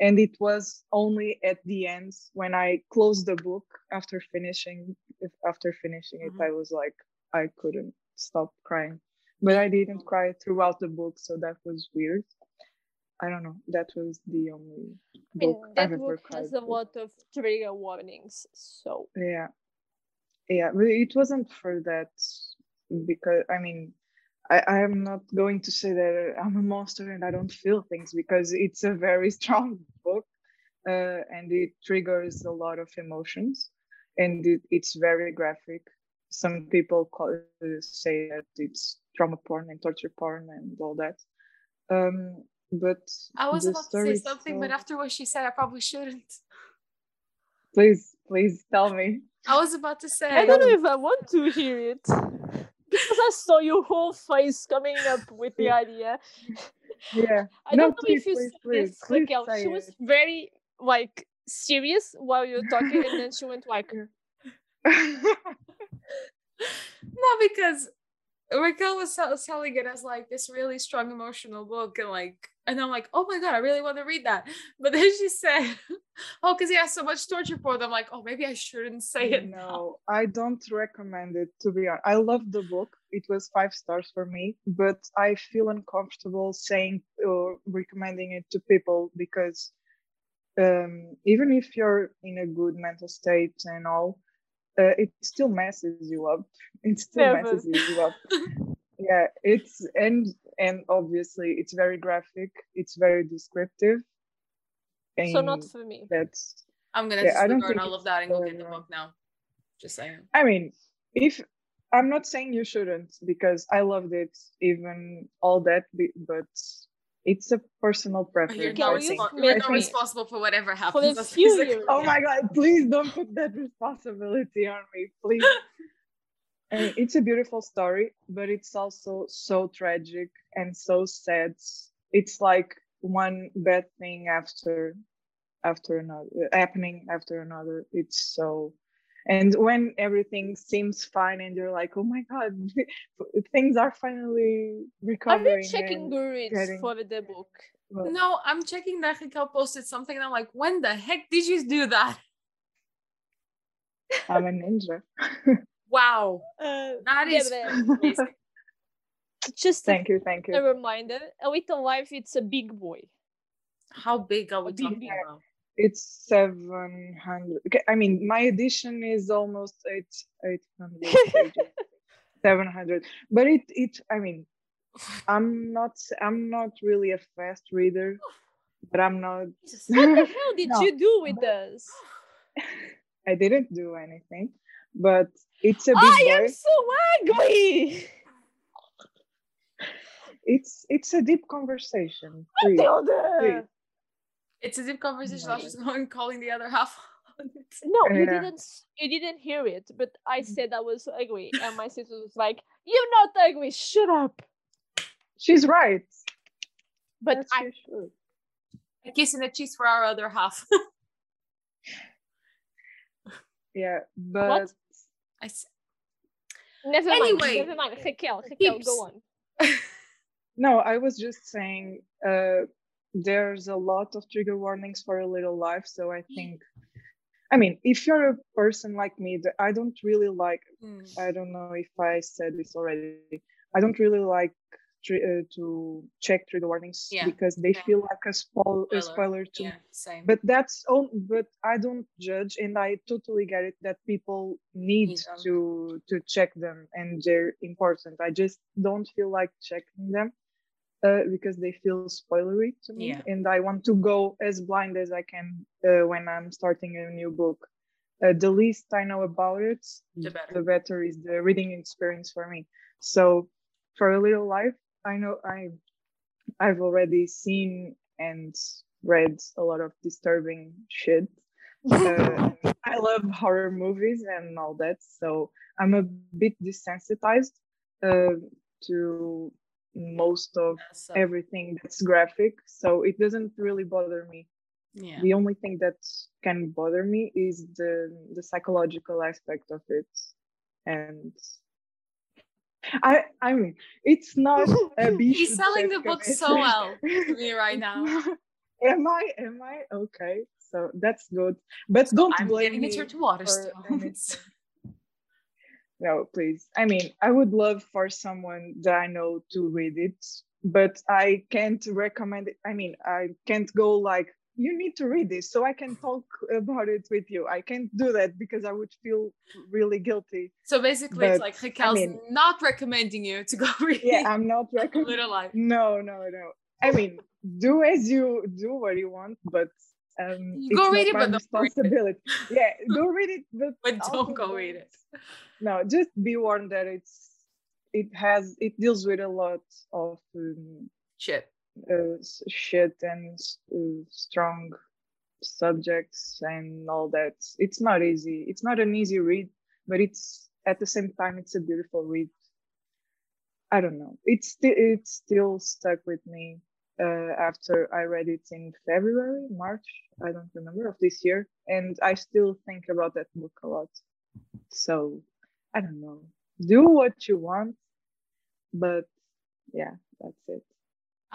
and it was only at the end when I closed the book after finishing if after finishing Mhm. it. I was like I couldn't stop crying but I didn't cry throughout the book, so that was weird. I don't know. That was the only I mean, book that I've ever book cried. has a with. lot of trigger warnings, so Yeah, yeah, but it wasn't for that because I mean, I I am not going to say that I'm a monster and I don't feel things because it's a very strong book, uh, and it triggers a lot of emotions, and it, it's very graphic. Some people call, uh, say that it's trauma porn and torture porn and all that. Um, but I was the about to say story something, but itself- after what she said, I probably shouldn't. please, please tell me. I was about to say I don't know if I want to hear it because I saw your whole face coming up with the Yeah. idea. Yeah. I No, don't know please, if you please, saw this, please, please Raquel. say uh, She was very like serious while you were talking, and then she went like, no because Raquel was sell- selling it as like this really strong emotional book and like and I'm like oh my god I really want to read that but then she said oh because he has so much torture porn I'm like oh maybe I shouldn't say it Mm-hmm. now No, I don't recommend it to be honest. I love the book. It was five stars for me, but I feel uncomfortable saying or recommending it to people because um, even if you're in a good mental state and all, uh, it still messes you up. It still Never. messes you up. yeah, it's and and obviously it's very graphic. It's very descriptive. "So not and for me." that's I'm gonna Yeah, I don't disregard think all it's of that and go so get the wrong. book now just saying I mean, if I'm not saying you shouldn't because I loved it, even all that, be- but it's a personal preference. you're Raquel, not, I you respo- think. respons- you're made not me- responsible for whatever happens the That's few basically- years. Oh my god! Please don't put that responsibility on me, please. I mean, it's a beautiful story, but it's also so tragic and so sad. It's like one bad thing after after another happening after another. It's so and when everything seems fine and you're like, oh my god, things are finally Are recovering. you checking and- Goodreads getting- for the book? well, no I'm checking that Raquel posted something and I'm like when the heck did you do that I'm a ninja. wow Uh, that Yeah, is but- amazing. just a, thank you, thank a you. reminder: a little life. It's a big boy. How big are we Big talking bag. about? It's seven hundred. I mean, my edition is almost eight eight hundred. Seven hundred, but it it. I mean, I'm not I'm not really a fast reader, but I'm not. What the hell did No. you do with us? I didn't do anything, but it's a big I am boy. so angry. It's it's a deep conversation. Please. Tilda. It's a deep conversation. I was Yeah. just going calling the other half on it. No, you Yeah. didn't. s- You didn't hear it, but I Mm-hmm. said I was ugly, and my sister was like, "You're not ugly. Shut up." She's right. But Yes, I, she should. a kiss and a cheese for our other half. yeah, but I s- Never Anyway. mind. Never mind. Raquel, Raquel, Peeps. go on. no, I was just saying uh, there's a lot of trigger warnings for a little life. So I think, I mean, if you're a person like me, that I don't really like Mm. I don't know if I said this already. I don't really like tri- uh, to check trigger warnings Yeah. because they Yeah. feel like a, spoil- Spoiler. a spoiler to me. yeah, same. But that's all. But I don't judge, and I totally get it that people need Need them. to to check them, and they're important. I just don't feel like checking them uh, because they feel spoilery to me, Yeah. and I want to go as blind as I can uh, when I'm starting a new book. Uh, the least I know about it, The better. the better is the reading experience for me. So for a little life, I know I I've already seen and read a lot of disturbing shit. Uh, I love horror movies and all that, so I'm a bit desensitized uh, to most of Yeah, so- everything that's graphic. So it doesn't really bother me yeah. the only thing that can bother me is the the psychological aspect of it and i i mean it's not a B He's should selling check the book comment. so well to me right now. am i am i okay so that's good but don't I'm blame getting it me here to water for stones. no please i mean i would love for someone that i know to read it but i can't recommend it i mean i can't go like you need to read this so i can talk about it with you i can't do that because i would feel really guilty So basically, it's But, like Raquel's mean- not recommending you to go read yeah i'm not recommending Little Life. no no no i mean do as you do what you want but um You it's go not read it, my but don't read it. responsibility yeah go read it but But also don't go read it. Oh. no just be warned that it's it has it deals with a lot of um, Shit. uh, s- shit and s- uh, strong subjects and all that it's not easy it's not an easy read but it's at the same time it's a beautiful read i don't know it's still it's still stuck with me uh, after i read it in february march i don't remember of this year and i still think about that book a lot so i don't know do what you want but yeah that's it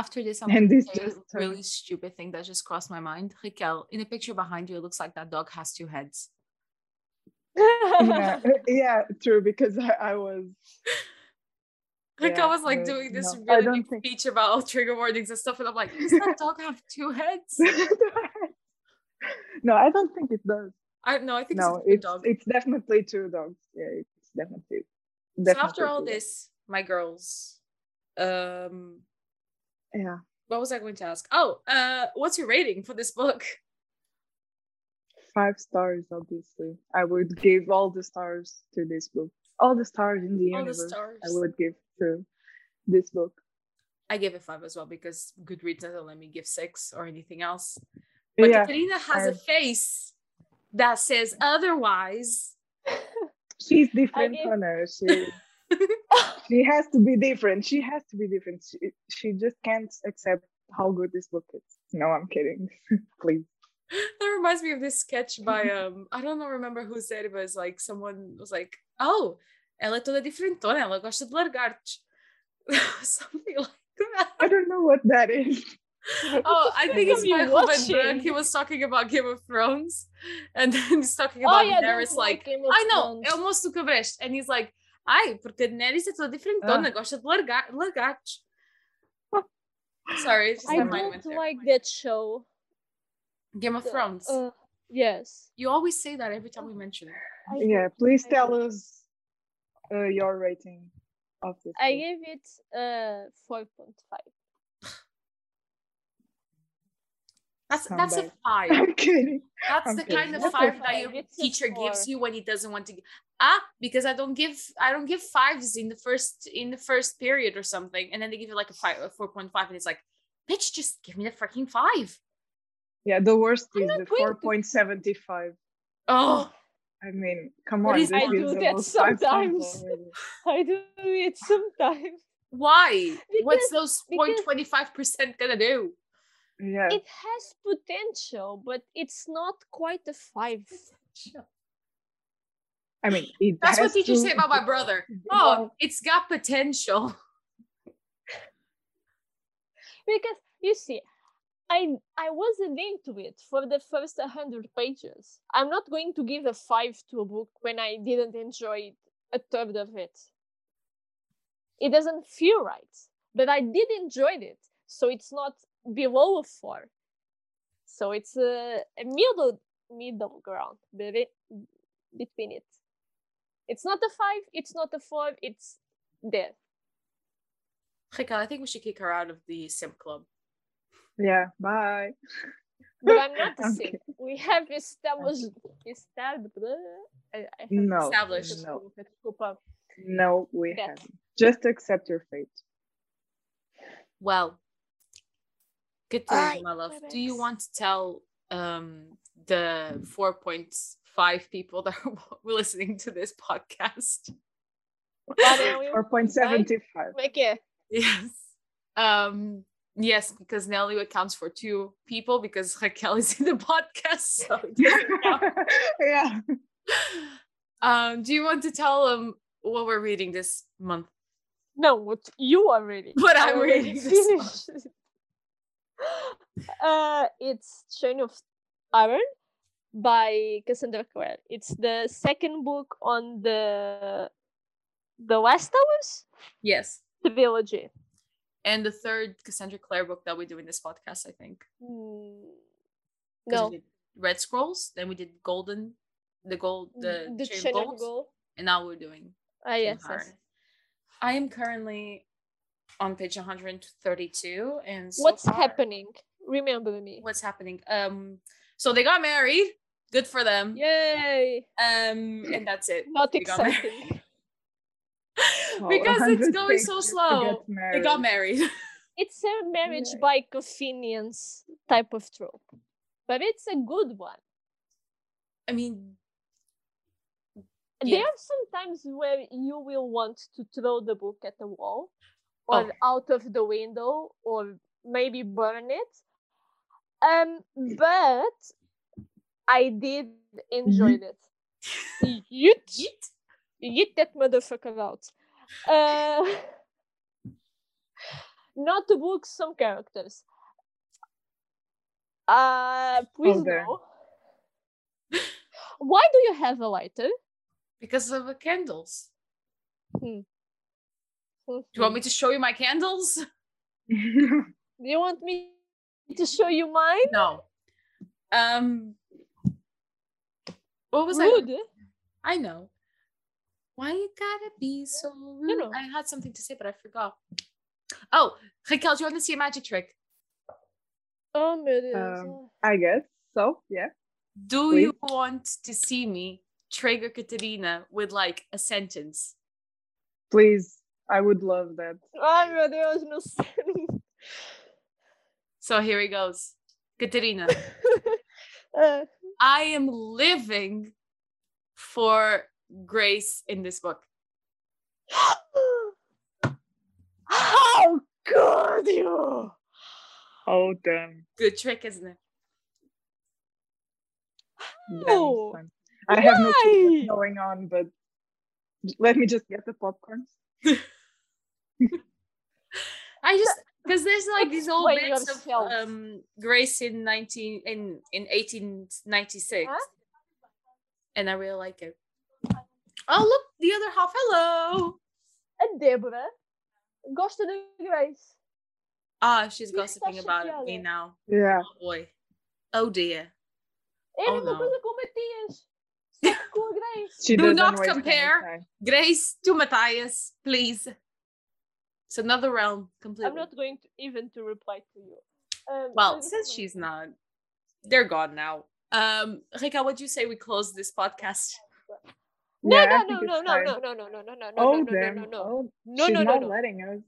After this, I'm And going this to just turned- really stupid thing that just crossed my mind. Raquel, in the picture behind you, it looks like that dog has two heads. yeah, yeah, true. Because I, I was Raquel Yeah, was like no, doing this no, I really don't big think- speech about all trigger warnings and stuff, and I'm like, does that dog have two heads? no, I don't think it does. I no, I think No, it's a it's dog. it's definitely two dogs. Yeah, it's definitely. so after definitely all two dogs. this, my girls, um, yeah, what was I going to ask? Oh, uh, what's your rating for this book? five stars. Obviously, I would give all the stars to this book. All the stars in the All the universe. I stars. would give to this book. I gave it five as well because Goodreads doesn't let me give six or anything else. But yeah, Katerina has a I- face that says otherwise. she's different, gave- Connor. She she has to be different. She has to be different. She, she just can't accept how good this book is. No, I'm kidding. Please. That reminds me of this sketch by um I don't know remember who said it, but it's like someone was like, Oh, ela é toda diferentona, ela gosta de largar-te. Something like that. I don't know what that is. Oh, I think it's by What are you Ruben Berg. watching? He was talking about Game of Thrones, and then he's talking Oh, about yeah, Daenerys, don't like like, Game of I know, Thrones." eu mostro que brecht. And he's like, ai, porque a Daenerys é toda Ah. diferentona, gosta de largar, largar-te. Sorry, it's just my I mind went don't there. like that show. Game of Thrones. Uh, yes. you always say that every time we mention it. I Yeah, don't please like tell it. us uh, your rating of this. I book. gave it uh 4.5. That's Sound that's a bad. five. I'm kidding. That's I'm the kidding. kind of That's a five that five. your It's a teacher gives four. you when he doesn't want to. gi- Ah, because I don't give I don't give fives in the first in the first period or something, and then they give you like a five a four point five, and it's like, bitch, just give me the freaking five. Yeah, the worst is not the going to- 4.75. Oh, I mean, come What on. is- this I do is that almost five stars sometimes. already. I do it sometimes. why? What's those because- point twenty five percent gonna do? Yeah. It has potential, but it's not quite a five. I mean, it That's what has teachers to- say about my brother. Oh, it's got potential. Because you see, I I wasn't into it for the first hundred pages. I'm not going to give a five to a book when I didn't enjoy a third of it. It doesn't feel right, but I did enjoy it, so it's not below a four. So it's a, a middle middle ground be- between it. It's not a five. It's not a four. It's there. Gekka, I think we should kick her out of the simp club. Yeah. Bye. But I'm not the I'm same. We have established established. I, I have No. Established. No. Desculpa. No, we Yeah. haven't. Just accept your fate. Well, good to Alright, my love. my Do you bags. want to tell um the 4.5 people that are listening to this podcast? Olha, eu- Or 0.75. Como é que é? Yes. Um yes, because Nelly accounts for two people because Raquel is in the podcast. So it doesn't count. yeah. um, do you want to tell them what we're reading this month? No, what you are reading. What I I'm already reading this finished. uh, it's Chain of Iron by Cassandra Clare. It's the second book on the the Last Hours Yes. trilogy. And the third Cassandra Clare book that we do in this podcast, I think. Mm, 'Cause No, we did Red Scrolls, then we did Golden, the Gold, the, Mm, the Chain of Chain of Golds, Gold. and now we're doing Ah, Chain of yes, yes. Iron. I am currently on page 132, and so What's far- happening? Remember me. What's happening? Um, so they got married. Good for them. Yay! Um, and that's it. Not They got married. exciting. Oh, Because it's 100 going so pages to slow. get They got married. It's a marriage Yay. by convenience type of trope, but it's a good one. I mean, There Yeah. are some times where you will want to throw the book at the wall, or Oh. out of the window, or maybe burn it. Um, but I did enjoy it. Yeet. yeet. Get that motherfucker out. Uh, not the book, some characters. Uh, please there. no. Why do you have a lighter? because of the candles. Do Do you want me to show you my candles? married. Do you want me to show you mine? No. Um. What was Rude. I? I know. Why you gotta be so rude? no. I had something to say, but I forgot. Oh, Raquel, do you want to see a magic trick? Oh meu Deus. Um, I guess so. Yeah. Do you want to see me trigger Katerina with like a sentence? Please. I would love that. Ai meu Deus, não sei. So here he goes. Katerina, Uh, I am living for grace in this book. How could you? Oh, damn. Good trick, isn't it? damn No. son. I have no clue Why? what's going on, but let me just get the popcorn. I just because there's like these old Explain bits of yourself. um, Grace in nineteen in in 1896, Huh? and I really like it. Oh look, the other half. Hello. a Débora gosta da Grace. Ah, she's You're gossiping such a about me jealous. now. Yeah. Oh boy. Oh dear. Era Oh, uma não. coisa com o Matias. Só que com a Grace. She Do doesn't not waste any compare. time. Grace to Matthias, please. It's another realm completely. I'm not going to even to reply to you. Um, Well, but- since she's not, they're gone now. Um, Rika, what do you say we close this podcast? No, Yeah, I no, think no, it's no, fine. no, no, no, no, no, no, no, Oh, no, no, damn. no, no. Oh, No, she's no, no, not no. letting us.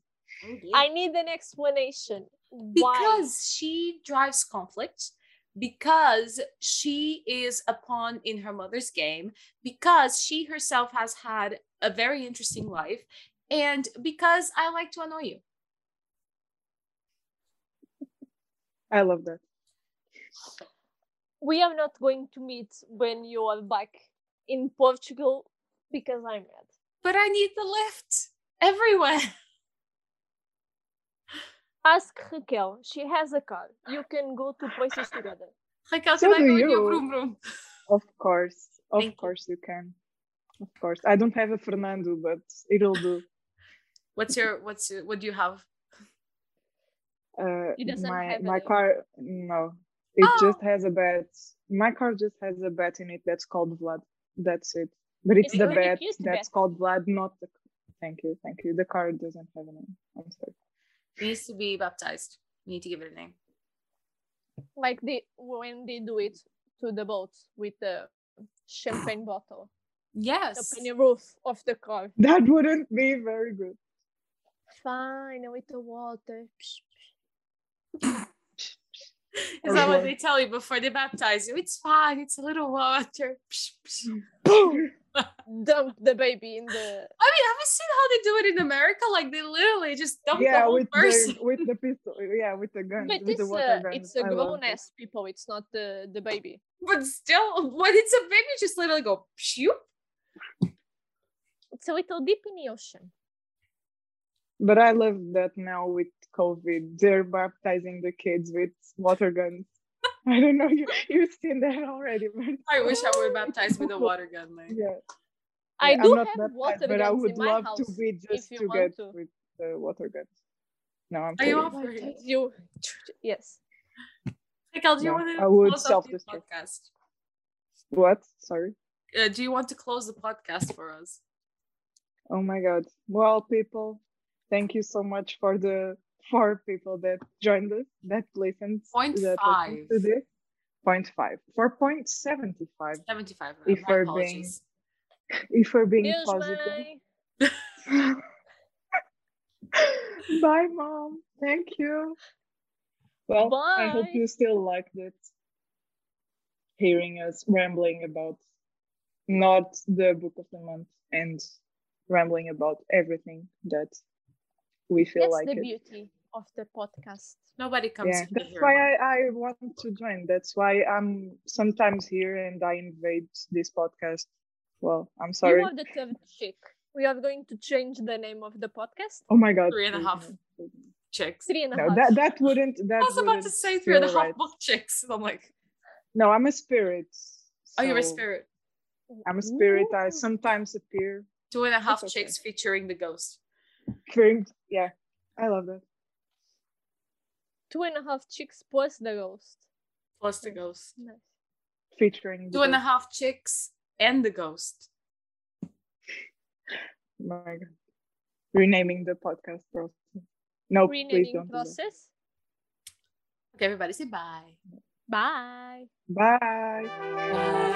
Oh, I need an explanation. Why? because she drives conflict because she is a pawn in her mother's game because she herself has had a very interesting life and because i like to annoy you I love that. We are not going to meet when you are back in Portugal because I'm mad. But I need the lift everywhere. Ask Raquel. She has a car. You can go to places together. Raquel, So can I do go in your you. room room? Of course. Of Thank you. course you can. Of course. I don't have a Fernando, but it'll do. What's your what's your, what do you have? Uh, It doesn't my have my any. car no. It just Oh. has a bat. My car just has a bat in it that's called Vlad. That's it. But it's It- the it bat used to that's bat. called Vlad, not the thank you, thank you. The car doesn't have a name. I'm sorry. It needs to be baptized. We need to give it a name. Like they when they do it to the boat with the champagne bottle Yes. up in the roof of the car. That wouldn't be very good. Fine, with the water. Psh, psh. Is that what they tell you before they baptize you? It's fine. It's a little water. Psh, psh. Boom! Dump the baby in the. I mean, have you seen how they do it in America? Like they literally just dump the yeah, whole with person. the with the pistol. Yeah, with the gun. But with it's the a, water gun. it's a grown ass people. It's not the the baby. But still, when it's a baby, just literally go shoop. It's a little deep in the ocean. But I love that now with COVID, they're baptizing the kids with water guns. I don't know. You you've seen that already, but I wish I were baptized with a water gun. Like. yeah. I Yeah, do I'm not have baptized, water but guns I would in my love house. to be just you to want get to. with the water guns. No, I'm Are you kidding. off for it? You, yes. Michael, do you No, want to I would close up the self-destruct. podcast? What? Sorry. Uh, do you want to close the podcast for us? Oh my god. Well, people, thank you so much for the four people that joined us, that listened, Point that listened to five. this. Point five. Four point seventy five. 75. If My we're being- apologies. If we're being Here's positive. my- Bye, mom. Thank you. Well, I hope Bye. you still liked it. Hearing us rambling about not the book of the month and rambling about everything that we feel That's like the it. beauty of the podcast. Nobody comes Yeah, to that's hear why about it. I, I want to join. That's why I'm sometimes here and I invade this podcast. Well, I'm sorry. You are the third chick. We are going to change the name of the podcast. Oh my god. Three and a please, half. no. chicks. Three and a half. No, that that wouldn't that I was about wouldn't to say three and a feel half right. book chicks. and I'm like, No, I'm a spirit. oh, you're a so spirit. I'm a spirit. I Ooh. sometimes appear. Two and a half It's okay. chicks featuring the ghost. Drink. Yeah, I love that. Two and a half chicks plus the ghost. Plus the ghost. Nice. Featuring. Two and a half chicks and the ghost. My God. Renaming the podcast process. No, please Renaming don't. do that. process. Okay, everybody say bye. Bye. Bye. Bye.